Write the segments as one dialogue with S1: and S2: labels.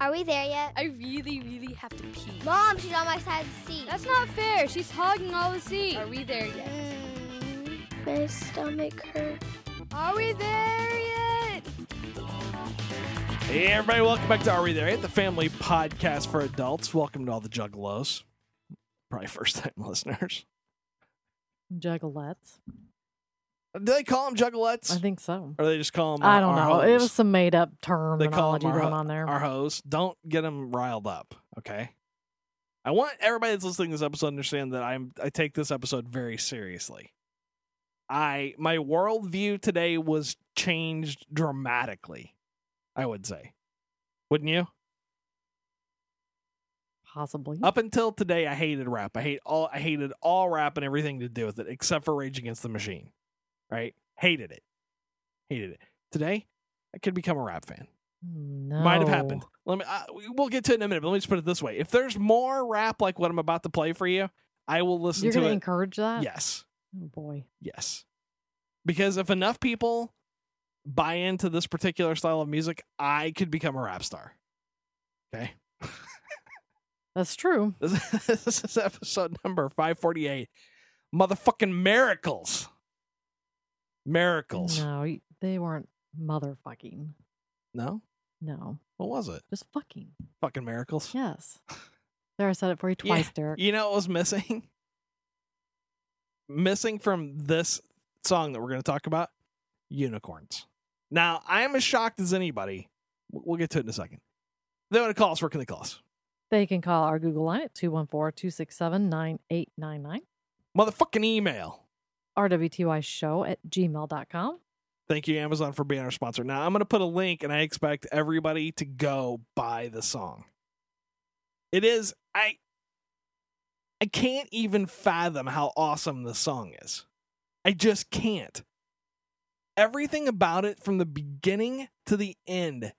S1: Are we there yet?
S2: I really, really have to pee.
S1: Mom, she's on my side of the seat.
S2: That's not fair. She's hogging all the seat. Are we there yet?
S1: Mm, my stomach hurts.
S2: Are we there yet?
S3: Hey, everybody, welcome back to Are We There Yet? The family podcast for adults. Welcome to all the juggalos. Probably first time listeners.
S4: Juggalettes.
S3: Do they call them
S4: I
S3: juggalettes?
S4: think so.
S3: Or they just call them
S4: I don't know. It was some made up
S3: They call 'em
S4: terminology
S3: our-
S4: going on there.
S3: our hoes. Don't get them riled up, okay? I want everybody that's listening to this episode to understand that I'm I take this episode very seriously. I my worldview today was changed dramatically, I would say. Wouldn't you?
S4: Possibly.
S3: Up until today, I hated rap. I hate all. I hated all rap and everything to do with it, except for Rage Against the Machine. Right? Hated it. Hated it. Today, I could become a rap fan.
S4: No.
S3: Might have happened. Let me. Uh, we'll get to it in a minute. But let me just put it this way: if there's more rap like what I'm about to play for you, I will listen
S4: You're
S3: to
S4: going
S3: it.
S4: to encourage that?
S3: yes,
S4: Oh, boy.
S3: yes. Because if enough people buy into this particular style of music, I could become a rap star. Okay.
S4: That's true.
S3: This, this is episode number 548. Motherfucking miracles. Miracles.
S4: No, y- they weren't motherfucking.
S3: No?
S4: No.
S3: What was it?
S4: Just fucking.
S3: Fucking miracles.
S4: Yes. There, I said it for you
S3: Yeah,
S4: twice, Derek.
S3: You know what was missing? Missing from this song that we're going to talk about? Unicorns. Now, I am as shocked as anybody. W- We'll get to it in a second. They want to call us. Where can they call us?
S4: They can call our Google line at 214 267 9899.
S3: Motherfucking email.
S4: RWTY show at gmail.com.
S3: Thank you, Amazon, for being our sponsor. Now, I'm going to put a link and I expect everybody to go buy the song. It is, I. I can't even fathom how awesome this song is. I just can't. Everything about it from the beginning to the end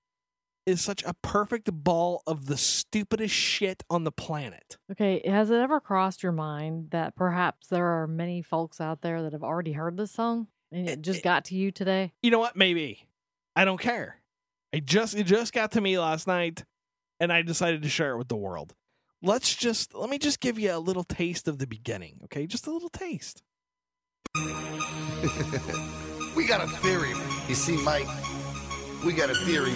S3: is such a perfect ball of the stupidest shit on the planet.
S4: Okay, has it ever crossed your mind that perhaps there are many folks out there that have already heard this song and
S3: It-
S4: it just
S3: it-
S4: got to you today?
S3: you know what? Maybe. I don't care. I just it just got to me last night and I decided to share it with the world. Let's just let me just give you a little taste of the beginning, okay? Just a little taste.
S5: we got a theory. You see, Mike, we got a theory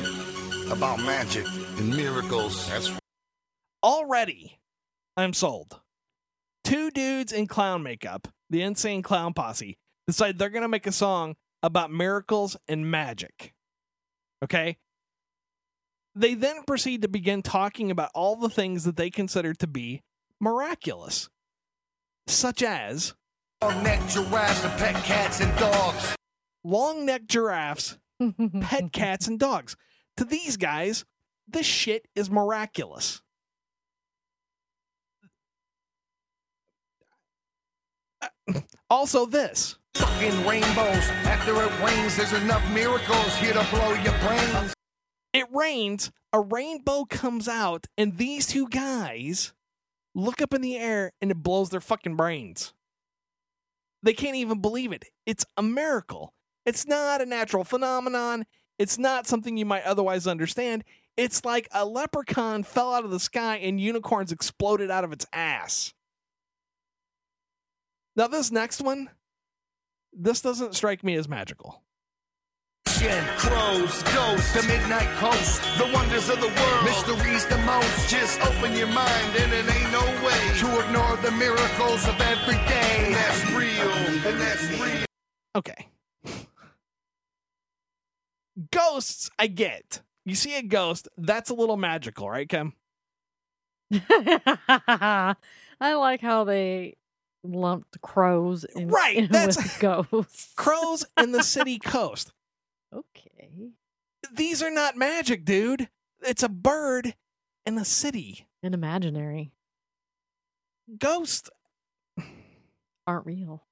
S5: about magic and miracles. That's
S3: Already I'm sold. Two dudes in clown makeup, the insane clown posse, decide they're going to make a song about miracles and magic. Okay? They then proceed to begin talking about all the things that they consider to be miraculous, such as
S5: all neck giraffes and pet cats and dogs.
S3: long necked giraffes, pet cats, and dogs. To these guys, this shit is miraculous. Uh, Also, this.
S5: Fucking rainbows. After it rains, there's enough miracles here to blow your brains.
S3: it rains, a rainbow comes out, and these two guys look up in the air and it blows their fucking brains. They can't even believe it. It's a miracle. It's not a natural phenomenon. It's not something you might otherwise understand. It's like a leprechaun fell out of the sky and unicorns exploded out of its ass. Now, this next one, this doesn't strike me as magical.
S5: Shin, crows, ghosts, the midnight coast, the wonders of the world, mysteries the most. Just open your mind, and it ain't no way to ignore the miracles of every day. And that's real, and that's real.
S3: Okay. Ghosts, I get. You see a ghost, that's a little magical, right, Kim?
S4: I like how they lumped crows in,
S3: Right,
S4: in
S3: that's-
S4: with ghosts.
S3: Crows and the city coast.
S4: okay.
S3: These are not magic, dude. It's a bird and a city.
S4: And imaginary
S3: Ghost.
S4: aren't real.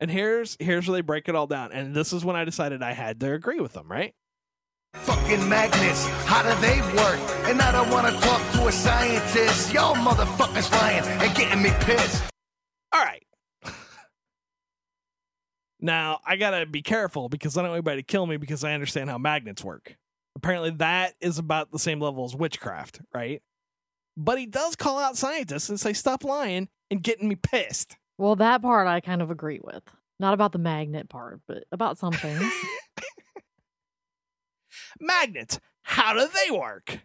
S3: And here's here's where they break it all down. And this is when I decided I had to agree with them, right?
S5: Fucking magnets, how do they work? And I don't wanna talk to a scientist. Y'all motherfuckers lying and getting me pissed.
S3: All right. Now, I gotta be careful because I don't want anybody to kill me because I understand how magnets work. Apparently, that is about the same level as witchcraft, right? But he does call out scientists and say, stop lying and getting me pissed.
S4: Well, that part I kind of agree with. Not about the magnet part, but about some things.
S3: Magnets, how do they work?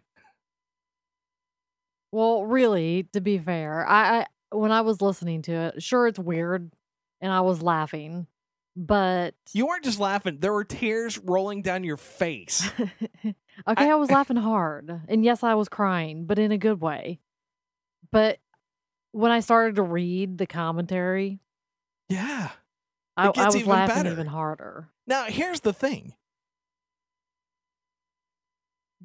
S4: well, really, to be fair, I, I when I was listening to it, sure it's weird and I was laughing, but
S3: You weren't just laughing, there were tears rolling down your face.
S4: okay, I, was laughing hard. And yes, I was crying, but in a good way. But when I started to read the commentary,
S3: yeah.
S4: I,
S3: It gets
S4: I was
S3: even
S4: laughing
S3: better.
S4: even harder.
S3: Now, here's the thing.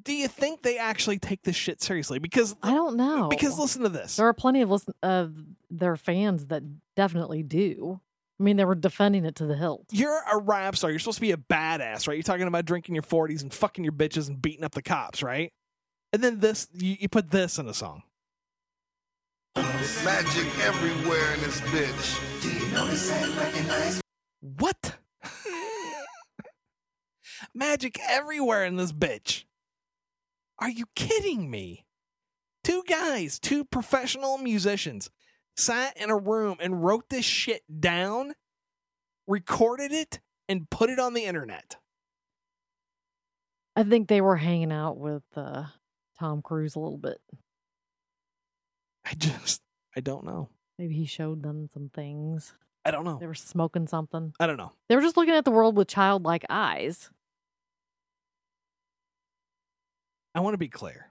S3: Do you think they actually take this shit seriously? Because
S4: I don't know.
S3: because listen to this.
S4: there are plenty of listen of their fans that definitely do. I mean, they were defending it to the hilt.
S3: You're a rap star. You're supposed to be a badass, right? You're talking about drinking your 40s and fucking your bitches and beating up the cops, right? And then this, you, you put this in a song.
S5: Magic everywhere in this bitch. Do you notice that? Recognize
S3: What? Magic everywhere in this bitch. Are you kidding me? Two guys, two professional musicians, sat in a room and wrote this shit down, recorded it, and put it on the internet.
S4: I think they were hanging out with uh, Tom Cruise a little bit.
S3: I just, I don't know.
S4: Maybe he showed them some things.
S3: I don't know.
S4: They were smoking something.
S3: I don't know.
S4: They were just looking at the world with childlike eyes.
S3: I want to be clear.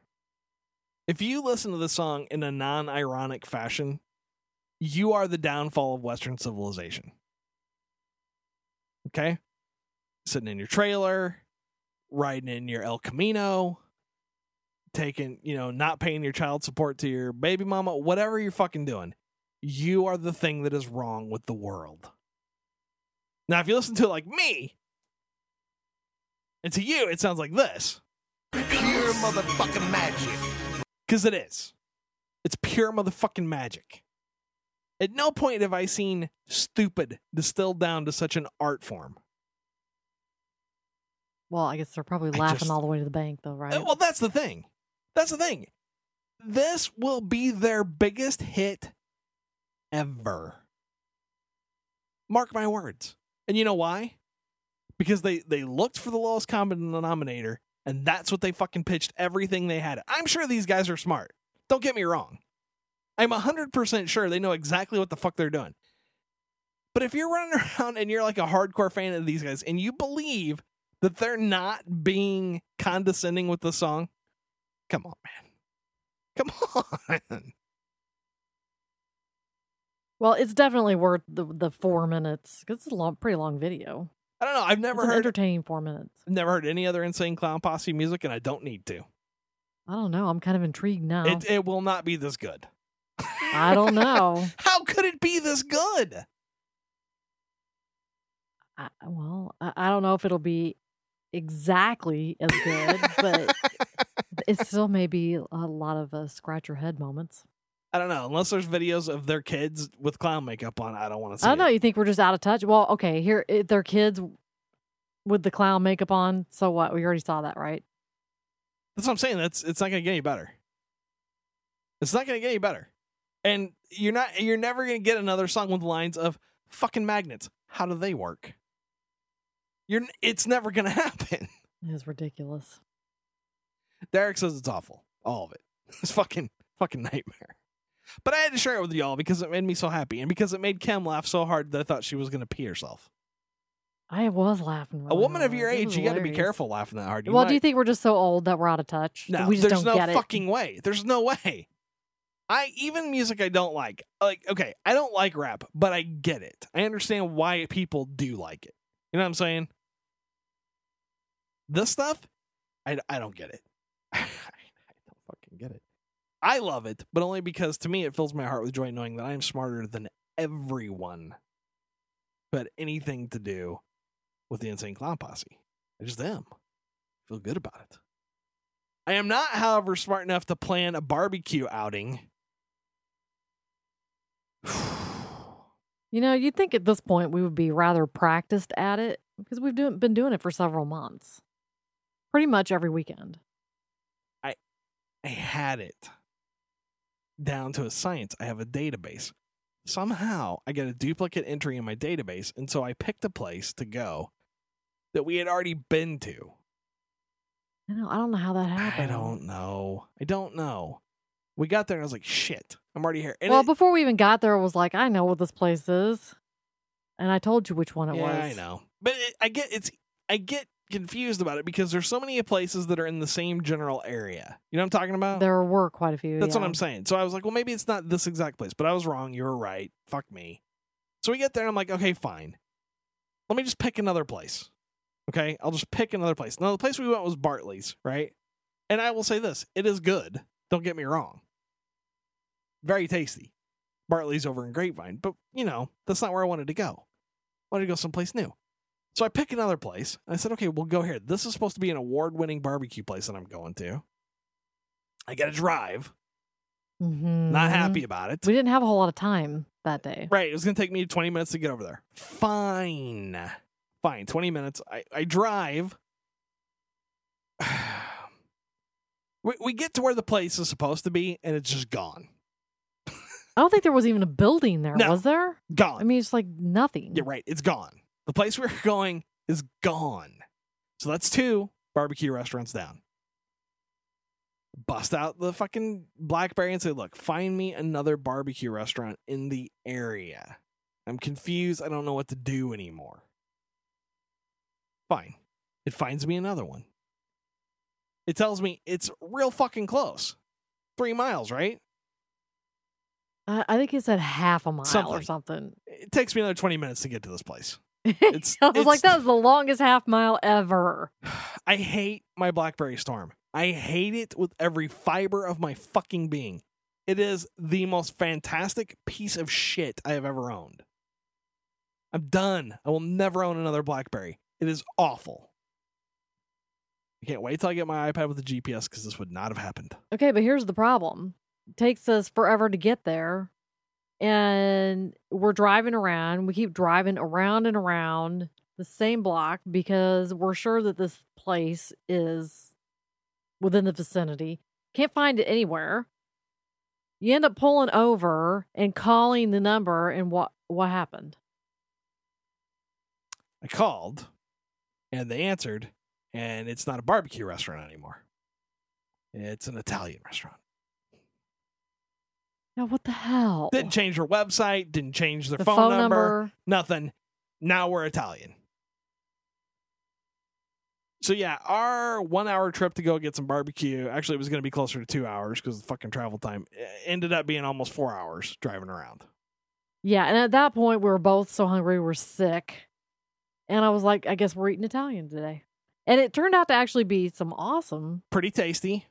S3: If you listen to the song in a non ironic fashion, you are the downfall of Western civilization. Okay? Sitting in your trailer, riding in your El Camino, taking, you know, not paying your child support to your baby mama, whatever you're fucking doing, you are the thing that is wrong with the world. Now, if you listen to it like me, and to you, it sounds like this.
S5: pure motherfucking magic.
S3: Because it is. It's pure motherfucking magic. At no point have I seen stupid distilled down to such an art form.
S4: Well, I guess they're probably
S3: I
S4: laughing
S3: just-
S4: all the way to the bank, though, right?
S3: Uh, Well, that's the thing. That's the thing. This will be their biggest hit ever. Mark my words. And you know why? Because they they looked for the lowest common denominator, and that's what they fucking pitched everything they had. I'm sure these guys are smart. Don't get me wrong. I'm 100% sure they know exactly what the fuck they're doing. But if you're running around and you're like a hardcore fan of these guys and you believe that they're not being condescending with the song. Come on, man. Come on.
S4: Well, it's definitely worth the the four minutes because it's a long, pretty long video.
S3: I don't know. I've
S4: It's
S3: never
S4: an
S3: heard
S4: entertaining four minutes.
S3: never heard any other insane clown posse music, and I don't need to.
S4: I don't know. I'm kind of intrigued now.
S3: It it will not be this good.
S4: I don't know.
S3: How could it be this good?
S4: I, well, I, I don't know if it'll be exactly as good, but it still may be a lot of uh, scratch your head moments.
S3: I don't know. Unless there's videos of their kids with clown makeup on, I don't want to see.
S4: I don't know.
S3: it.
S4: You think we're just out of touch? Well, okay. Here, if their kids with the clown makeup on. So what? We already saw that, right?
S3: That's what I'm saying. That's it's not going to get any better. It's not going to get any better. And you're not you're never going to get another song with lines of fucking magnets. How do they work? You're it's never going to happen.
S4: It was ridiculous.
S3: Derek says it's awful. All of it. It's fucking fucking nightmare. But I had to share it with y'all because it made me so happy and because it made Kim laugh so hard that I thought she was going to pee herself.
S4: I was laughing.
S3: A
S4: really
S3: woman of
S4: hard.
S3: your
S4: It
S3: age,
S4: was
S3: you got to be
S4: Uh, hilarious.
S3: careful laughing that hard.
S4: well,
S3: might-
S4: do you think we're just so old that we're out of touch? that
S3: No,
S4: we just
S3: there's
S4: don't
S3: no
S4: get it.
S3: fucking way. There's no way. I even music I don't like. Like okay, I don't like rap, but I get it. I understand why people do like it. You know what I'm saying? This stuff, I I don't get it. I don't fucking get it. I love it, but only because to me it fills my heart with joy knowing that I am smarter than everyone who had anything to do with the insane clown posse. I just am. Feel good about it. I am not, however, smart enough to plan a barbecue outing.
S4: You know, you'd think at this point we would be rather practiced at it because we've do- been doing it for several months, pretty much every weekend.
S3: I had it down to a science. I have a database. Somehow I get a duplicate entry in my database, and so I picked a place to go that we had already been to.
S4: I know. I don't know how that
S3: I
S4: happened.
S3: don't know. I don't know. We got there and I was like, shit, I'm already here. And
S4: well,
S3: it-
S4: before we even got there, I was like, I know what this place is, and I told you which one it
S3: yeah,
S4: was.
S3: I know. But it, I get it's I get confused about it because there's so many places that are in the same general area. You know what I'm talking about?
S4: There were quite a few.
S3: Oh. That's what
S4: yeah.
S3: I'm saying. So I was like, well, maybe it's not this exact place, but I was wrong. You were right. Fuck me. So we get there and I'm like, okay, fine. Let me just pick another place. Okay. I'll just pick another place. Now, the place we went was Bartley's, right? And I will say this it is good. Don't get me wrong. Very tasty. Bartley's over in Grapevine, but you know, that's not where I wanted to go. I wanted to go someplace new. So I pick another place. And I said, okay, we'll go here. This is supposed to be an award winning barbecue place that I'm going to. I got to drive
S4: Mhm.
S3: not happy about it.
S4: We didn't have a whole lot of time that day.
S3: Right, it was gonna take me 20 minutes to get over there. Fine, fine, 20 minutes. I, I drive. we we get to where the place is supposed to be, and it's just gone,
S4: I don't think there was even a building there,
S3: No.
S4: was there?
S3: gone.
S4: I mean, it's like nothing.
S3: You're right. It's gone. The place we were going is gone. So that's two barbecue restaurants down. Bust out the fucking Blackberry and say, look, find me another barbecue restaurant in the area. I'm confused. I don't know what to do anymore. Fine. It finds me another one. It tells me it's real fucking close. Three miles, right?
S4: I, I think he said half a mile or
S3: Something.
S4: something.
S3: It takes me another 20 minutes to get to this place.
S4: It's, I was
S3: it's-
S4: like, that was the longest half mile ever.
S3: I hate my Blackberry Storm. I hate it with every fiber of my fucking being. It is the most fantastic piece of shit I have ever owned. I'm done. I will never own another Blackberry. It is awful. I can't wait till I get my iPad with the GPS because this would not have happened.
S4: Okay, but here's the problem it takes us forever to get there. And we're driving around. We keep driving around and around the same block because we're sure that this place is within the vicinity. Can't find it anywhere. You end up pulling over and calling the number, and what what happened?
S3: I called and they answered, and it's not a barbecue restaurant anymore. It's an Italian restaurant.
S4: Now what the hell?
S3: Didn't change their website, didn't change their
S4: the
S3: phone, number. nothing. Now we're Italian. So yeah, our one hour trip to go get some barbecue, actually it was going to be closer to two hours because the fucking travel time eh, ended up being almost four hours driving around.
S4: Yeah, and at that point we were both so hungry we were sick, and I was like, I guess we're eating Italian today, and it turned out to actually be some awesome,
S3: Pretty tasty,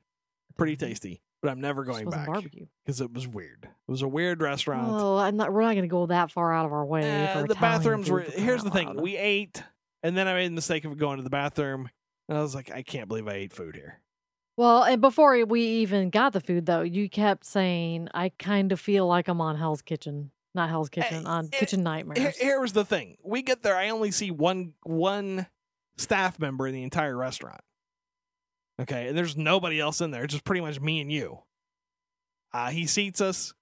S3: pretty tasty, but I'm never
S4: Mm-hmm. Just
S3: going
S4: wasn't
S3: back
S4: barbecue.
S3: because it was weird. It was a weird restaurant.
S4: Oh, I'm not. We're not going to go that far out of our way.
S3: Eh,
S4: for
S3: the
S4: Italian
S3: bathrooms
S4: food
S3: were.
S4: for
S3: Here's the
S4: crying out
S3: thing:
S4: loud.
S3: we ate, and then I made the mistake of going to the bathroom, and I was like, I can't believe I ate food here.
S4: well, and before we even got the food though, you kept saying, "I kind of feel like I'm on Hell's Kitchen, not Hell's Kitchen, on
S3: eh,
S4: Kitchen
S3: here,
S4: Nightmares."
S3: here was the thing we get there i only see one one staff member in the entire restaurant okay and there's nobody else in there it's just pretty much me and you uh, he seats us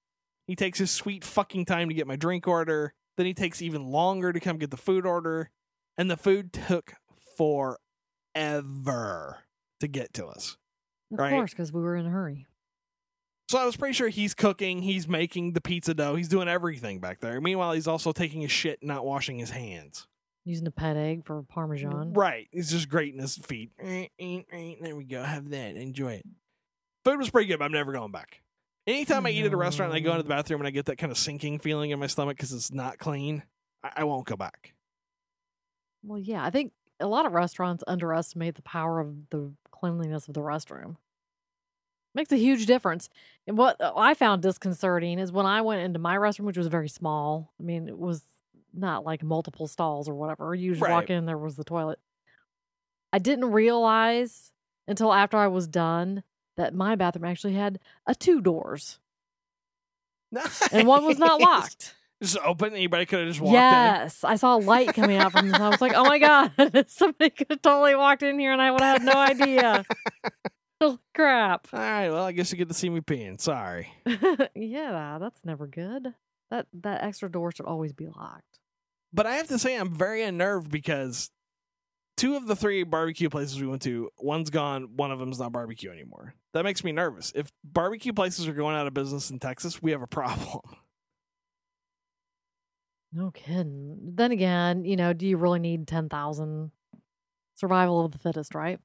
S3: he takes his sweet fucking time to get my drink order then he takes even longer to come get the food order and the food took forever to get to us
S4: of
S3: right.
S4: course, because we were in a hurry.
S3: so I was pretty sure he's cooking, he's making the pizza dough, he's doing everything back there. Meanwhile, he's also taking his shit, and not washing his hands.
S4: Using a pet egg for Parmesan.
S3: Right. He's just grating his feet. Eh, eh, eh, There we go. Have that. Enjoy it. Food was pretty good, but I'm never going back. Anytime I eat at a restaurant and I go into the bathroom and I get that kind of sinking feeling in my stomach because it's not clean, I-, I won't go back.
S4: Well, yeah, I think a lot of restaurants underestimate the power of the cleanliness of the restroom. Makes a huge difference. And what uh, I found disconcerting is when I went into my restroom, which was very small. I mean, it was not like multiple stalls or whatever. You just walk
S3: Right.
S4: in, there was the toilet. I didn't realize until after I was done that my bathroom actually had a two doors and one was not
S3: Nice.
S4: locked.
S3: Just open. Anybody could have just walked in.
S4: Yes, I saw a light coming out from this. I was like, oh my god, somebody could have totally walked in here and I would have had no idea. Holy crap.
S3: All right. Well, I guess you get to see me peeing. Sorry.
S4: yeah, that's never good. That that extra door should always be locked.
S3: But I have to say, I'm very unnerved because two of the three barbecue places we went to, one's gone, one of them's not barbecue anymore. That makes me nervous. If barbecue places are going out of business in Texas, we have a problem.
S4: No kidding. Then again, you know, do you really need ten thousand? Survival of the fittest, right?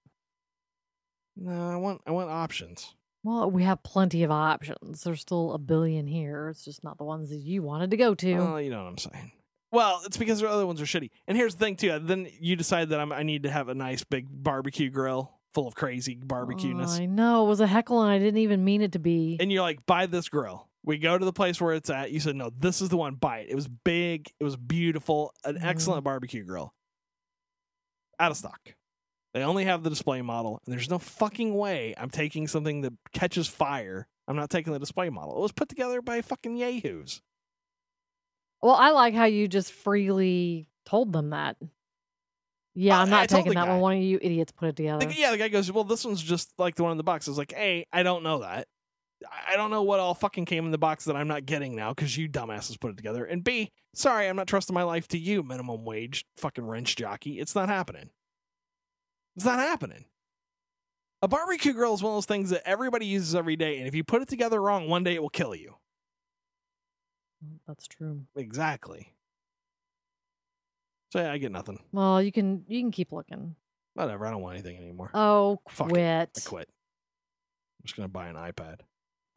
S3: No, I want I want options.
S4: Well, we have plenty of options. There's still a billion here. It's just not the ones that you wanted to go to.
S3: Well, you know what I'm saying. Well, it's because their other ones are shitty. And here's the thing too. Then you decide that I'm, I need to have a nice big barbecue grill full of crazy barbecueness,
S4: I know it was a heckle, and I didn't even mean it to be.
S3: and you're like, buy this grill. We go to the place where it's at. You said, no, this is the one. Buy it. It was big. It was beautiful. An
S4: Mhm.
S3: excellent barbecue grill. Out of stock. They only have the display model, and there's no fucking way I'm taking something that catches fire. I'm not taking the display model. It was put together by fucking yahoos.
S4: Well, I like how you just freely told them that. Yeah,
S3: Oh,
S4: I'm
S3: I-
S4: not
S3: I told
S4: taking
S3: the
S4: that
S3: guy.
S4: one. One of you idiots put it together.
S3: The, yeah, the guy goes, "Well, this one's just like the one in the box." I was like, "Hey, I don't know that. I- I don't know what all fucking came in the box that I'm not getting now because you dumbasses put it together." And B, sorry, I'm not trusting my life to you, minimum wage fucking wrench jockey. It's not happening. It's not happening. A barbecue grill is one of those things that everybody uses every day, and if you put it together wrong, one day it will kill you.
S4: That's true.
S3: Exactly. So yeah, I get nothing.
S4: Well, you can you can keep looking.
S3: Whatever. I don't want anything anymore.
S4: Oh,
S3: Fuck
S4: quit.
S3: it. I quit. I'm just gonna buy an iPad.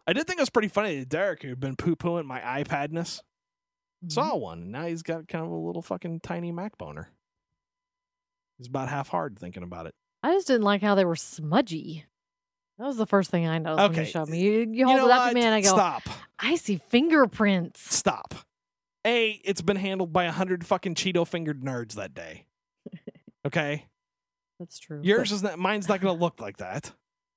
S3: I did think it was pretty funny that Derek, who had been poo pooing my iPadness,
S4: Mhm.
S3: saw one, and now he's got kind of a little fucking tiny Mac boner. He's about half hard thinking about it.
S4: I just didn't like how they were smudgy. That was the first thing I noticed when
S3: Okay.
S4: you showed me. You, you hold
S3: know
S4: it up
S3: what?
S4: to me and I go,
S3: stop,
S4: I see fingerprints.
S3: stop. A, it's been handled by a hundred fucking Cheeto fingered nerds that day. Okay,
S4: That's true. but-
S3: yours is not. Mine's not gonna look like that.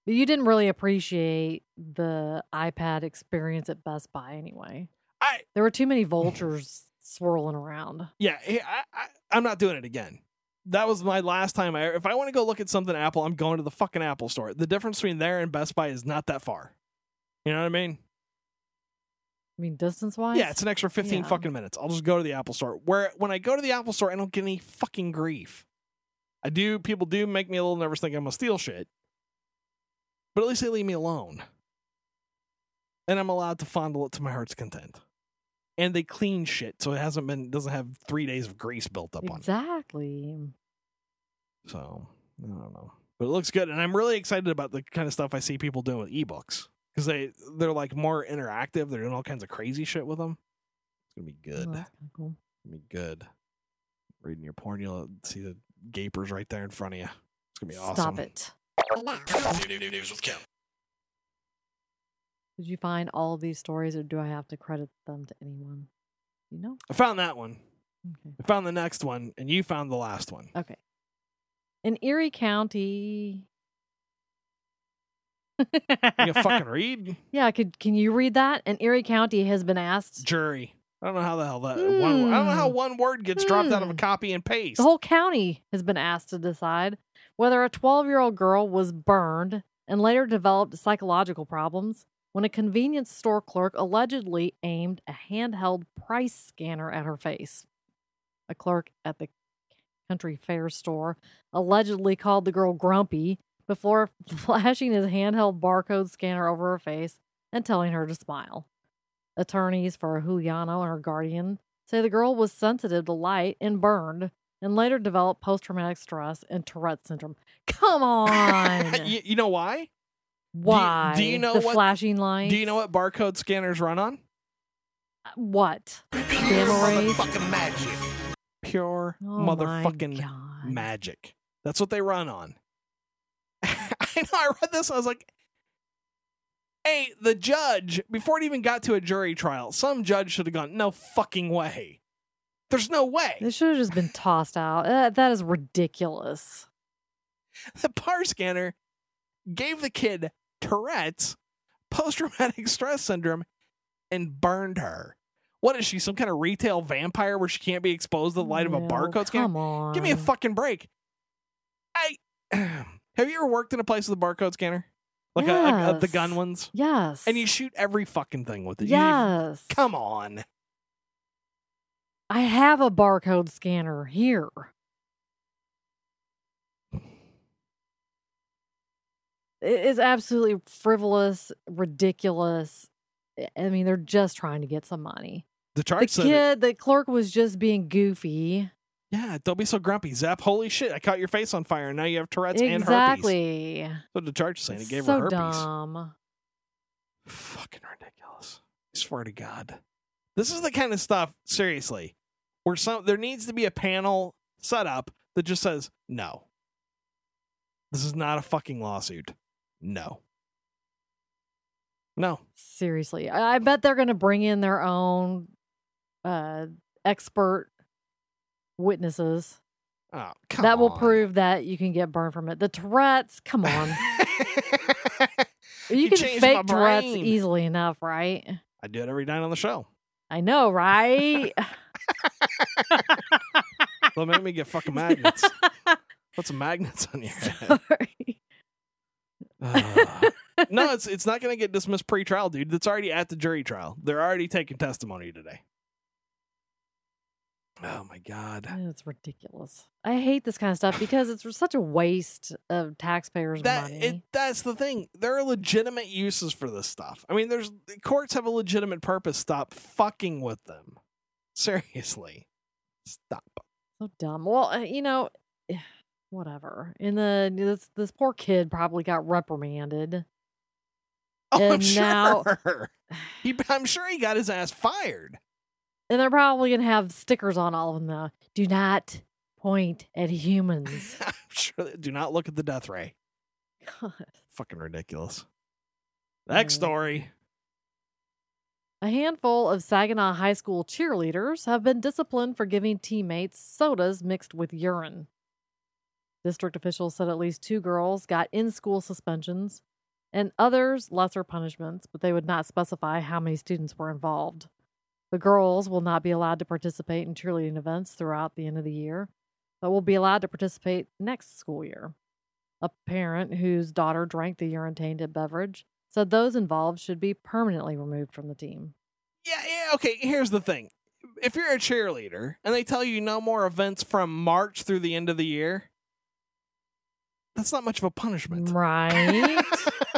S4: but you didn't really appreciate the iPad experience at Best Buy anyway.
S3: I
S4: There were too many vultures swirling around.
S3: Yeah, I, I, I'm not doing it again. That was my last time. I, if I want to go look at something Apple, I'm going to the fucking Apple store. The difference between there and Best Buy is not that far. You know what I mean?
S4: I mean, distance wise.
S3: Yeah, it's an extra 15
S4: Yeah.
S3: fucking minutes. I'll just go to the Apple store. Where when I go to the Apple store, I don't get any fucking grief. I do, people do make me a little nervous thinking I'm going to steal shit. But at least they leave me alone. And I'm allowed to fondle it to my heart's content. And they clean shit, so it hasn't been, doesn't have three days of grease built up on it.
S4: exactly. Mm, oh,
S3: So I don't know, but it looks good, and I'm really excited about the kind of stuff I see people doing with ebooks because they they're like more interactive. They're doing all kinds of crazy shit with them. It's gonna be
S4: Oh,
S3: good.
S4: that's kinda cool.
S3: It's gonna be good. Reading your porn, you'll see the gapers right there in front of you. It's gonna be awesome.
S4: Stop it. Did you find all of these stories, or do I have to credit them to anyone? You know.
S3: I found that one.
S4: Okay.
S3: I found the next one, and you found the last one.
S4: Okay. In Erie County.
S3: You can fucking read
S4: yeah, could can you read that? And Erie County has been austed.
S3: jury. I don't know how the hell that one. I don't know how
S4: Hmm.
S3: one word gets dropped out of a
S4: Hmm.
S3: copy and paste.
S4: The whole county has been asked to decide whether a 12-year-old girl was burned and later developed psychological problems when a convenience store clerk allegedly aimed a handheld price scanner at her face. A clerk at the country fair store allegedly called the girl grumpy before flashing his handheld barcode scanner over her face and telling her to smile. Attorneys for Juliano and her guardian say the girl was sensitive to light and burned, and later developed post traumatic stress and Tourette syndrome. Come on!
S3: you, you know why?
S4: Why?
S3: do you know
S4: the
S3: what-
S4: flashing lights?
S3: Do you know what barcode scanners run on?
S4: Uh, What?
S5: Pure
S4: rays.
S5: motherfucking magic.
S3: Pure
S4: Oh my
S3: motherfucking
S4: God.
S3: magic. That's what they run on. I know. I read this. I was like, "Hey, the judge." Before it even got to a jury trial, some judge should have gone, "No fucking way. There's no way."
S4: This should have just been tossed out. That, that is ridiculous.
S3: the PAR scanner gave the kid Tourette's, post traumatic stress syndrome, and burned her. What is she? Some kind of retail vampire where she can't be exposed to the light of a
S4: No,
S3: barcode scanner?
S4: Come on.
S3: Give me a fucking break. I have you ever worked in a place with a barcode scanner, like a- a, a- the
S4: Yes.
S3: gun ones,
S4: Yes.
S3: and you shoot every fucking thing with it. You-
S4: Yes.
S3: come on.
S4: I have a barcode scanner here. It is absolutely frivolous, ridiculous. I- I mean, they're just trying to get some money.
S3: The
S4: The
S3: chart said, it.
S4: kid, the clerk was just being goofy.
S3: "Yeah, don't be so grumpy, Zap. Holy shit, I caught your face on fire, and now you have Tourette's and herpes."
S4: exactly.
S3: So the chart saying it gave
S4: so
S3: her herpes.
S4: dumb.
S3: Fucking ridiculous. I swear to God. This is the kind of stuff, seriously, where some there needs to be a panel set up that just says, no. This is not a fucking lawsuit. No. No.
S4: Seriously, I, I bet they're going to bring in their own uh, expert witnesses.
S3: Oh, come
S4: that will
S3: on.
S4: prove that you can get burned from it. The Tourette's, come on. you,
S3: You
S4: can
S3: changed my
S4: fake Tourette's
S3: brain.
S4: easily enough, right?
S3: I do it every night on the show.
S4: I know, right?
S3: They'll make me get fucking magnets. Put some magnets on your head.
S4: Sorry.
S3: Ah. no, it's it's not going to get dismissed pre-trial, dude. It's already at the jury trial. They're already taking testimony today. Oh my god.
S4: It's ridiculous. I hate this kind of stuff because it's such a waste of taxpayers'
S3: That
S4: money.
S3: it that's the thing. There are legitimate uses for this stuff. I mean, there's the courts have a legitimate purpose. Stop fucking with them. Seriously. Stop.
S4: so dumb. Well, uh, you know, whatever. And the this this poor kid probably got reprimanded.
S3: Oh, I'm
S4: And
S3: sure.
S4: now-
S3: He, I'm sure he got his ass fired.
S4: And they're probably gonna have stickers on all of them now. Do not point at humans.
S3: I'm sure. Do not look at the death ray.
S4: God.
S3: Fucking ridiculous. Next
S4: Yeah.
S3: story.
S4: A handful of Saginaw High School cheerleaders have been disciplined for giving teammates sodas mixed with urine. District officials said at least two girls got in school suspensions and others lesser punishments, but they would not specify how many students were involved. The girls will not be allowed to participate in cheerleading events throughout the end of the year, but will be allowed to participate next school year. A parent whose daughter drank the urine tainted beverage said those involved should be permanently removed from the team.
S3: Yeah, yeah, okay, here's the thing. If you're a cheerleader and they tell you no more events from March through the end of the year, that's not much of a punishment.
S4: Right?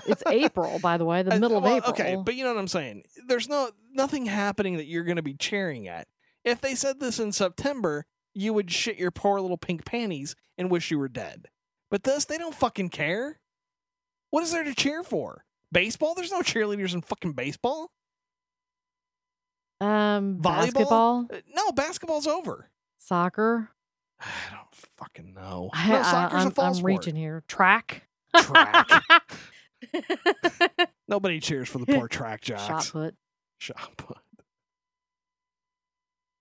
S4: it's April, by the way, the
S3: Uh,
S4: middle of
S3: well,
S4: April.
S3: Okay, but you know what I'm saying? There's no nothing happening that you're going to be cheering at. If they said this in September, you would shit your poor little pink panties and wish you were dead. But this, they don't fucking care. What is there to cheer for? Baseball? There's no cheerleaders in fucking baseball.
S4: um,
S3: volleyball?
S4: basketball,
S3: Uh, No, basketball's over.
S4: soccer.
S3: I don't fucking know.
S4: I-
S3: No,
S4: I-
S3: soccer's
S4: I'm,
S3: a fall
S4: I'm
S3: sport.
S4: reaching here. Track.
S3: Track. Nobody cheers for the poor track
S4: Shot
S3: jocks.
S4: put.
S3: Shot put.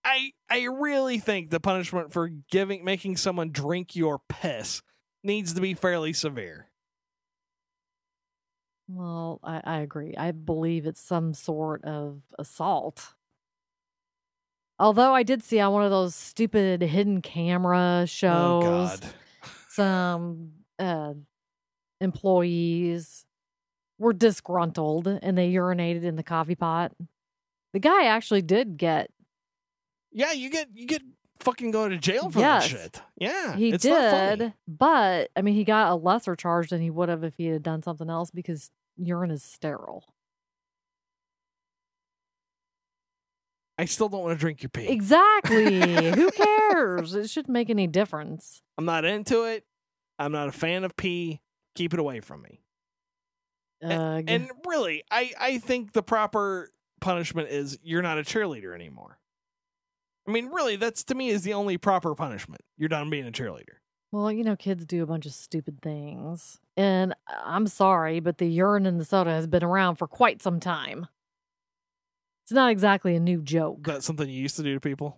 S3: I I really think the punishment for giving making someone drink your piss needs to be fairly severe.
S4: Well, I, I agree. I believe it's some sort of assault. Although I did see on one of those stupid hidden camera shows.
S3: Oh God.
S4: some uh, employees were disgruntled and they urinated in the coffee pot. The guy actually did get
S3: Yeah, you get you get fucking go to jail for
S4: Yes.
S3: that shit. Yeah,
S4: he
S3: it's not funny.
S4: did, but I mean he got a lesser charge than he would have if he had done something else because urine is sterile.
S3: I still don't want to drink your pee.
S4: Exactly. Who cares? It shouldn't make any difference.
S3: I'm not into it. I'm not a fan of pee. Keep it away from me.
S4: Uh,
S3: and really i i think the proper punishment is you're not a cheerleader anymore i mean really that's to me is the only proper punishment you're done being a cheerleader
S4: well, you know, kids do a bunch of stupid things. And I'm sorry, but the urine in the soda has been around for quite some time. It's not exactly a new joke.
S3: that's something you used to do to people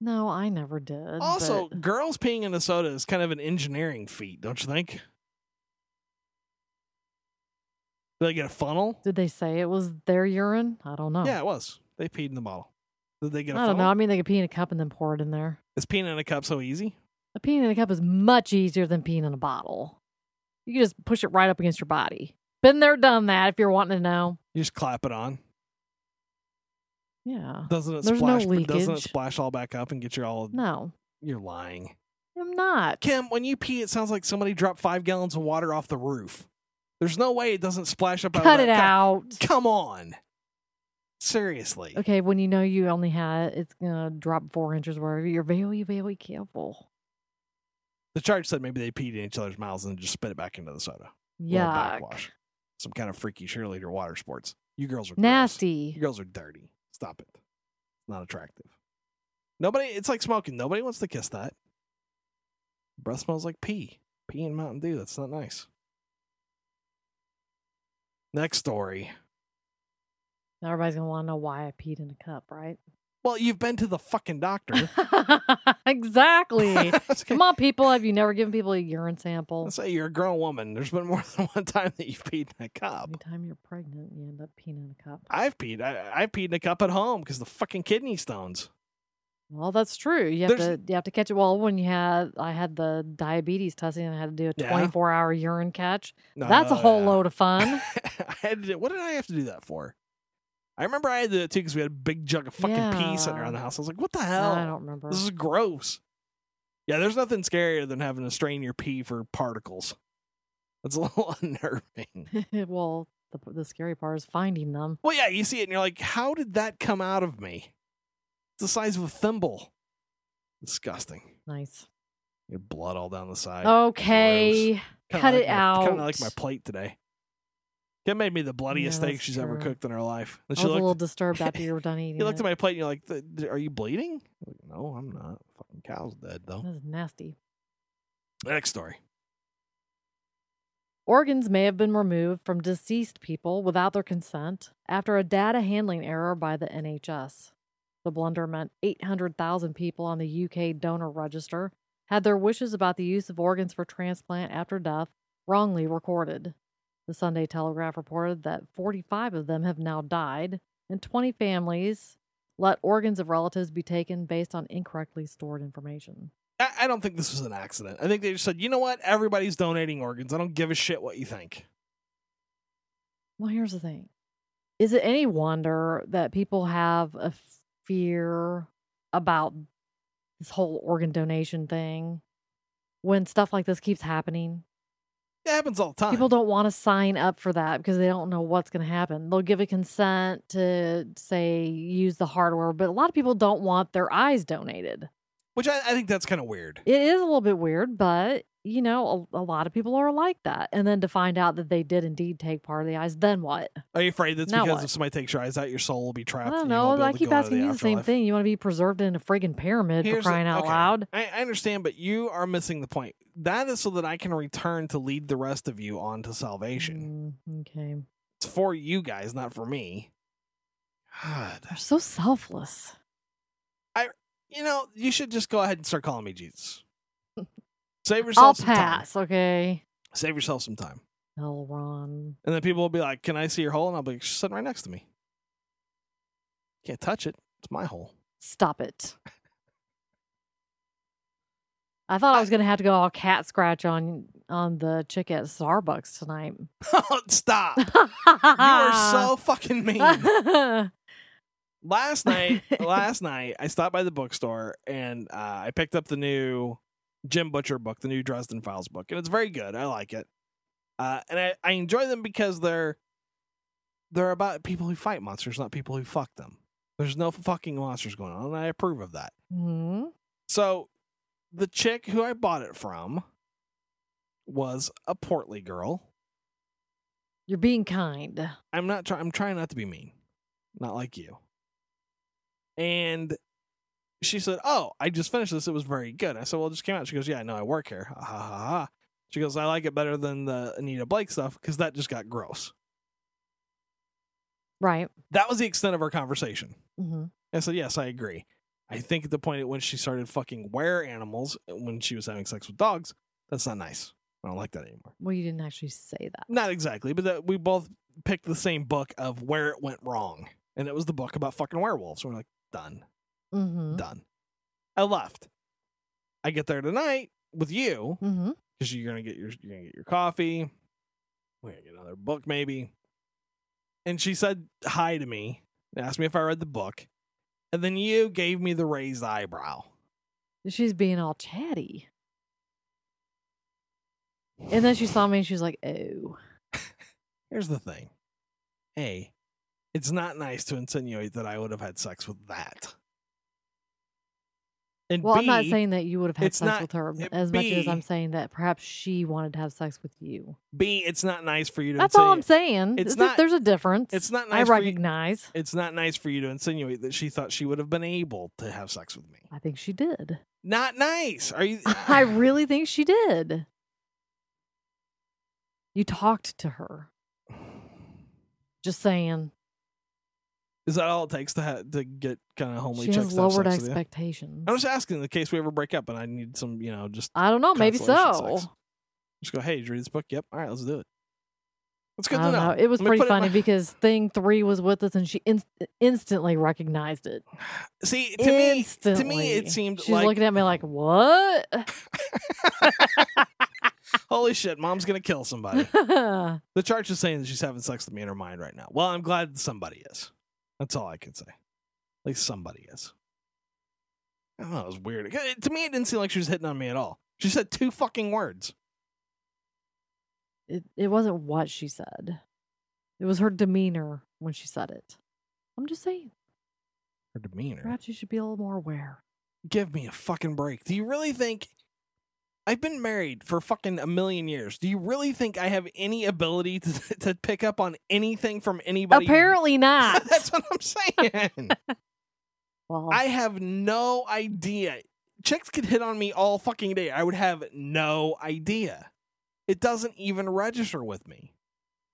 S4: No, I never did.
S3: also
S4: but-
S3: girls peeing in a soda is kind of an engineering feat don't you think Do they get a funnel
S4: did they say it was their urine? I don't know.
S3: yeah it was they peed in the bottle Did they get a
S4: I don't
S3: phone?
S4: know. I mean, they could pee in a cup and then pour it in there.
S3: Is peeing in a cup so easy?
S4: A peeing in a cup is much easier than peeing in a bottle. You can just push it right up against your body. Been there, done that. If you're wanting to know,
S3: You just clap it on.
S4: yeah.
S3: Doesn't it
S4: There's no
S3: splash? doesn't it
S4: leakage.
S3: splash all back up and get you all?
S4: No,
S3: You're lying,
S4: I'm not.
S3: Kim. When you pee, it sounds like somebody dropped five gallons of water off the roof. There's no way it doesn't splash up. out of
S4: Cut
S3: that
S4: it
S3: cup.
S4: out.
S3: Come on. Seriously.
S4: Okay, when you know you only had it, it's gonna drop four inches wherever. You're very, very careful.
S3: The charge said maybe they peed in each other's mouths and just spit it back into the soda. Little
S4: Yuck.
S3: backwash. Some kind of freaky cheerleader water sports. You girls are gross. You
S4: Nasty.
S3: girls are dirty. Stop it. Not attractive. Nobody. It's like smoking. Nobody wants to kiss that. Breath smells like pee. Pee and Mountain Dew. That's not nice. Next story.
S4: Now everybody's gonna want to know why I peed in a cup, right?
S3: Well, you've been to the fucking doctor.
S4: exactly. Come on, people. Have you never given people a urine sample?
S3: Let's say you're a grown woman. There's been more than one time that you've peed in a cup.
S4: Every time you're pregnant, you end up peeing in a cup.
S3: I've peed. I, I peed in a cup at home because the fucking kidney stones.
S4: Well, that's true. You have
S3: There's-
S4: to you have to catch it. Well, when you had I had the diabetes testing, and I had to do a
S3: Yeah.
S4: 24 hour urine catch. that's a
S3: No,
S4: whole
S3: yeah.
S4: load of fun.
S3: I had to do, what did I have to do that for? I remember I had to do it too because we had a big jug of fucking pee sitting
S4: Yeah.
S3: around the house. I was like, what the hell?
S4: I don't remember.
S3: This is gross. Yeah, there's nothing scarier than having to strain your pee for particles. That's a little unnerving.
S4: well, the, the scary part is finding them.
S3: Well, yeah, you see it and you're like, how did that come out of me? It's the size of a thimble. Disgusting.
S4: Nice.
S3: You had blood all down the side.
S4: Okay.
S3: Kinda
S4: Oh, Cut
S3: like
S4: it
S3: my, Kind of like
S4: out.
S3: my plate today. Kim made me the bloodiest
S4: Yeah,
S3: steak
S4: that's
S3: she's ever
S4: true.
S3: cooked in her life. And
S4: I
S3: she
S4: was a little
S3: looked,
S4: disturbed after you were done eating.
S3: you looked
S4: it.
S3: at my plate and you're like, "Th- th- "Are you bleeding?" I'm like, no, I'm not. Fucking cow's dead though.
S4: That's nasty.
S3: Next story.
S4: Organs may have been removed from deceased people without their consent after a data handling error by the NHS. The blunder meant 800,000 people on the UK donor register had their wishes about the use of organs for transplant after death wrongly recorded. The Sunday Telegraph reported that 45 of them have now died, and 20 families let organs of relatives be taken based on incorrectly stored information.
S3: I, I don't think this was an accident. I think they just said, "You know what? Everybody's donating organs. I don't give a shit what you think."
S4: Well, here's the thing. Is it any wonder that people have a fear about this whole organ donation thing when stuff like this keeps happening?
S3: It happens all the time.
S4: People don't want to sign up for that because they don't know what's going to happen. They'll give a consent to say use the hardware, but a lot of people don't want their eyes donated.
S3: which I, I think that's kind of weird.
S4: It is a little bit weird, but you know, a, a lot of people are like that. And then to find out that they did indeed take part of the eyes, then what?
S3: Are you afraid that's
S4: Now
S3: because
S4: what?
S3: if somebody takes your eyes out, your soul will be trapped?
S4: I don't
S3: and you won't
S4: know.
S3: be able
S4: I
S3: to
S4: keep
S3: go into
S4: asking you the same
S3: afterlife?
S4: thing. You want to be preserved in a friggin' pyramid
S3: Here's
S4: for
S3: the-
S4: crying out
S3: okay.
S4: loud?
S3: I, I understand, but you are missing the point. That is so that I can return to lead the rest of you on to salvation.
S4: Mm, okay.
S3: It's for you guys, not for me. God.
S4: They're so selfless.
S3: You know, you should just go ahead and start calling me Jesus. Save yourself
S4: I'll
S3: some time.
S4: pass, okay?
S3: Save yourself some time.
S4: Elron.
S3: And then people will be like, Can I see your hole? And I'll be like, She's sitting right next to me. Can't touch it. It's my hole.
S4: Stop it. I thought I was gonna have to go all cat scratch on on the chick at Starbucks tonight.
S3: Stop. You
S4: you
S3: are so fucking mean. last night last night i stopped by the bookstore and uh, i picked up the new jim butcher book the new dresden files book and it's very good i like it uh, and I, I enjoy them because they're they're about people who fight monsters not people who fuck them there's no fucking monsters going on and i approve of that
S4: hmm
S3: so the chick who i bought it from was a portly girl
S4: You're being kind.
S3: I'm not trying. I'm trying not to be mean, not like you. And she said, "Oh, I just finished this. It was very good." I said, "Well, it just came out." She goes, "Yeah, I know. I work here." Ha ha ha. ha. She goes, "I like it better than the Anita Blake stuff because that just got gross."
S4: Right.
S3: That was the extent of our conversation.
S4: hmm
S3: I said, "Yes, I agree." I think at the point at when she started fucking wear animals when she was having sex with dogs, that's not nice. I don't like that anymore.
S4: Well, you didn't actually say that.
S3: not exactly, but that we both picked the same book of where it went wrong, and it was the book about fucking werewolves. We're like, done
S4: Mm-hmm.
S3: done. I left. I get there tonight with you
S4: Mm-hmm.
S3: because you're gonna get your you're gonna get your coffee. We're gonna get another book maybe. And she said hi to me and asked me if I read the book, and then you gave me the raised eyebrow.
S4: She's being all chatty. And then she saw me and she was like, oh.
S3: Here's the thing, hey, it's not nice to insinuate that I would have had sex with that. And
S4: Well, i I'm not
S3: B,
S4: saying that you would have had
S3: it's
S4: sex
S3: not-
S4: with her
S3: it-
S4: as much as
S3: B-
S4: I'm saying that perhaps she wanted to have sex with you.
S3: B, it's not nice for you to.
S4: That's all
S3: insinuate-
S4: I'm saying.
S3: it's
S4: It's
S3: not-
S4: there's a difference.
S3: It's not
S4: I
S3: nice. for you-
S4: recognize.
S3: it's not nice for you to insinuate that she thought she would have been able to have sex with me.
S4: I think she did.
S3: Not nice. Are you?
S4: I really think she did. You talked to her. Just saying.
S3: Is that all it takes to ha- to get kind of homely?
S4: She
S3: chicks
S4: has
S3: to have
S4: lowered
S3: sex with you?
S4: expectations.
S3: I'm just asking in case we ever break up, and I need some. You know, just
S4: I don't know. Maybe
S3: consolation
S4: so.
S3: sex. just go. Hey, did you read this book? Yep. All right, let's do it. It's
S4: I
S3: good to
S4: don't
S3: know.
S4: know. It was
S3: Let me
S4: pretty
S3: put in
S4: funny because thing three was with us and she inst- instantly recognized it.
S3: my- see, to me,
S4: instantly.
S3: to me, it seemed
S4: She's
S3: like
S4: looking at me like, what?
S3: holy shit, mom's gonna kill somebody. the church is saying that she's having sex with me in her mind right now. Well, I'm glad somebody is. That's all I can say. Like somebody is. I don't know. It was weird. It- To me, it didn't seem like she was hitting on me at all. She said two fucking words.
S4: it, it wasn't what she said, it was her demeanor when she said it. I'm just saying,
S3: Her demeanor.
S4: perhaps you should be a little more aware.
S3: Give me a fucking break. Do you really think I've been married for fucking a million years? Do you really think I have any ability to, to pick up on anything from anybody?
S4: Apparently not.
S3: That's what I'm saying.
S4: well,
S3: I have no idea. Chicks could hit on me all fucking day. I would have no idea. It doesn't even register with me.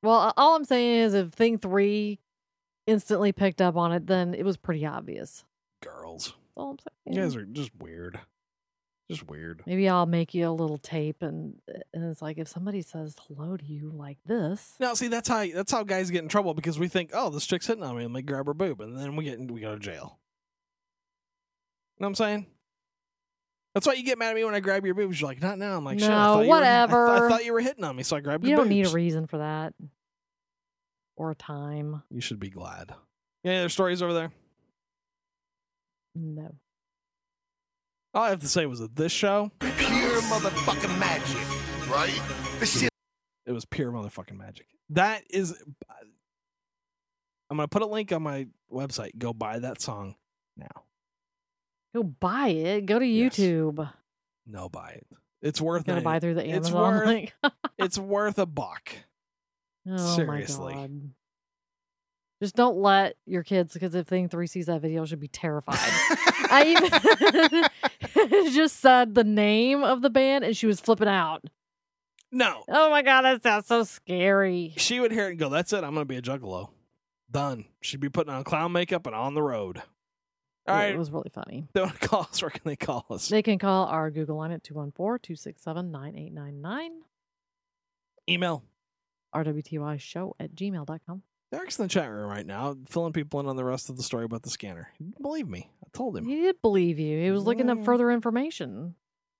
S4: well, all I'm saying is if thing three instantly picked up on it, then it was pretty obvious.
S3: Girls,
S4: That's all I'm saying.
S3: you guys are just weird. Just weird.
S4: Maybe I'll make you a little tape, and eh, and it's like if somebody says hello to you like this,
S3: Now, see, that's how that's how guys get in trouble because we think, oh, this chick's hitting on me. Let me grab her boob, and then we get in- we go to jail. You know what I'm saying? That's why you get mad at me when I grab your boobs. You're like, not now. I'm like, shit. I
S4: No,
S3: thought you were- I th- I,
S4: whatever.
S3: thought you were hitting on me, so I grabbed
S4: you
S3: your
S4: don't
S3: boobs.
S4: need a reason for that or a time.
S3: you should be glad. Any other stories over there?
S4: No,
S3: All I have to say was that this show,
S5: Pure motherfucking magic, right? This shit
S3: it was pure motherfucking magic. That is, I'm gonna put a link on my website. Go buy that song now.
S4: go buy it. Go to
S3: Yes.
S4: YouTube.
S3: No, buy it. It's worth
S4: Gotta
S3: it.
S4: buy through the
S3: It's
S4: Amazon
S3: worth-
S4: link.
S3: It's worth a buck.
S4: oh
S3: Seriously.
S4: my god. Just don't let your kids, because if Thing Three sees that video, she'll be terrified. I even just said the name of the band, and she was flipping out.
S3: no,
S4: Oh my god, that sounds so scary.
S3: she would hear it and go, "That's it. I'm gonna be a juggalo. Done." She'd be putting on clown makeup and on the road. All
S4: Yeah,
S3: right,
S4: It was really funny.
S3: don't call us. Where can they call us?
S4: They can call our Google line at 214 267 9899,
S3: Email.
S4: RWTY show at gmail.com.
S3: Derek's in the chat room right now, filling people in on the rest of the story about the scanner. Believe me, I told him.
S4: He did believe you. He was looking up
S3: Yeah.
S4: further information.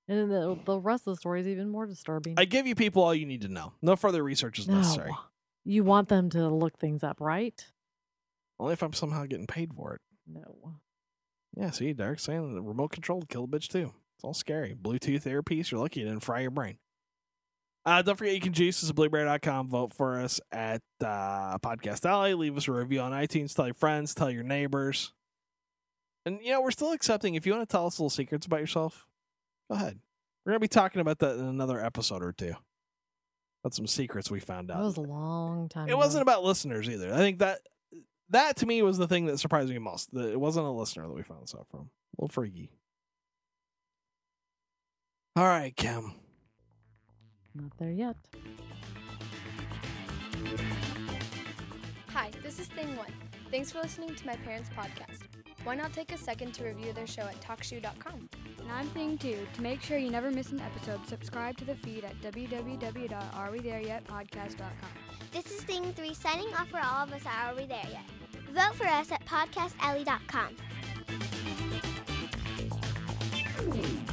S4: And the, the rest of the story is even more disturbing.
S3: I give you people all you need to know. No further research is necessary.
S4: You want them to look things up, right?
S3: Only if I'm somehow getting paid for it.
S4: No.
S3: Yeah, see, Derek's saying the remote control killed a bitch too. It's all scary. Bluetooth earpiece, you're lucky it didn't fry your brain. Uh, don't forget you can juice us at blueberry.com. Vote for us at uh, Podcast Alley. Leave us a review on iTunes. Tell your friends, tell your neighbors. And, you know, we're still accepting. If you want to tell us little secrets about yourself, go ahead. We're going to be talking about that in another episode or two. About some secrets we found out.
S4: That was a long time
S3: It wasn't about listeners either. I think that that to me was the thing that surprised me most. That it wasn't a listener that we found this out from. A little freaky. All right, Kim.
S4: Not there yet.
S2: Hi, this is Thing One. Thanks for listening to my parents' podcast. Why not take a second to review their show at TalkShoe.com?
S6: And I'm Thing Two. To make sure you never miss an episode, subscribe to the feed at www.arewethereyetpodcast.com.
S1: This is Thing 3 signing off for all of us at Are We There Yet? Vote for us at podcastalley.com. crazy.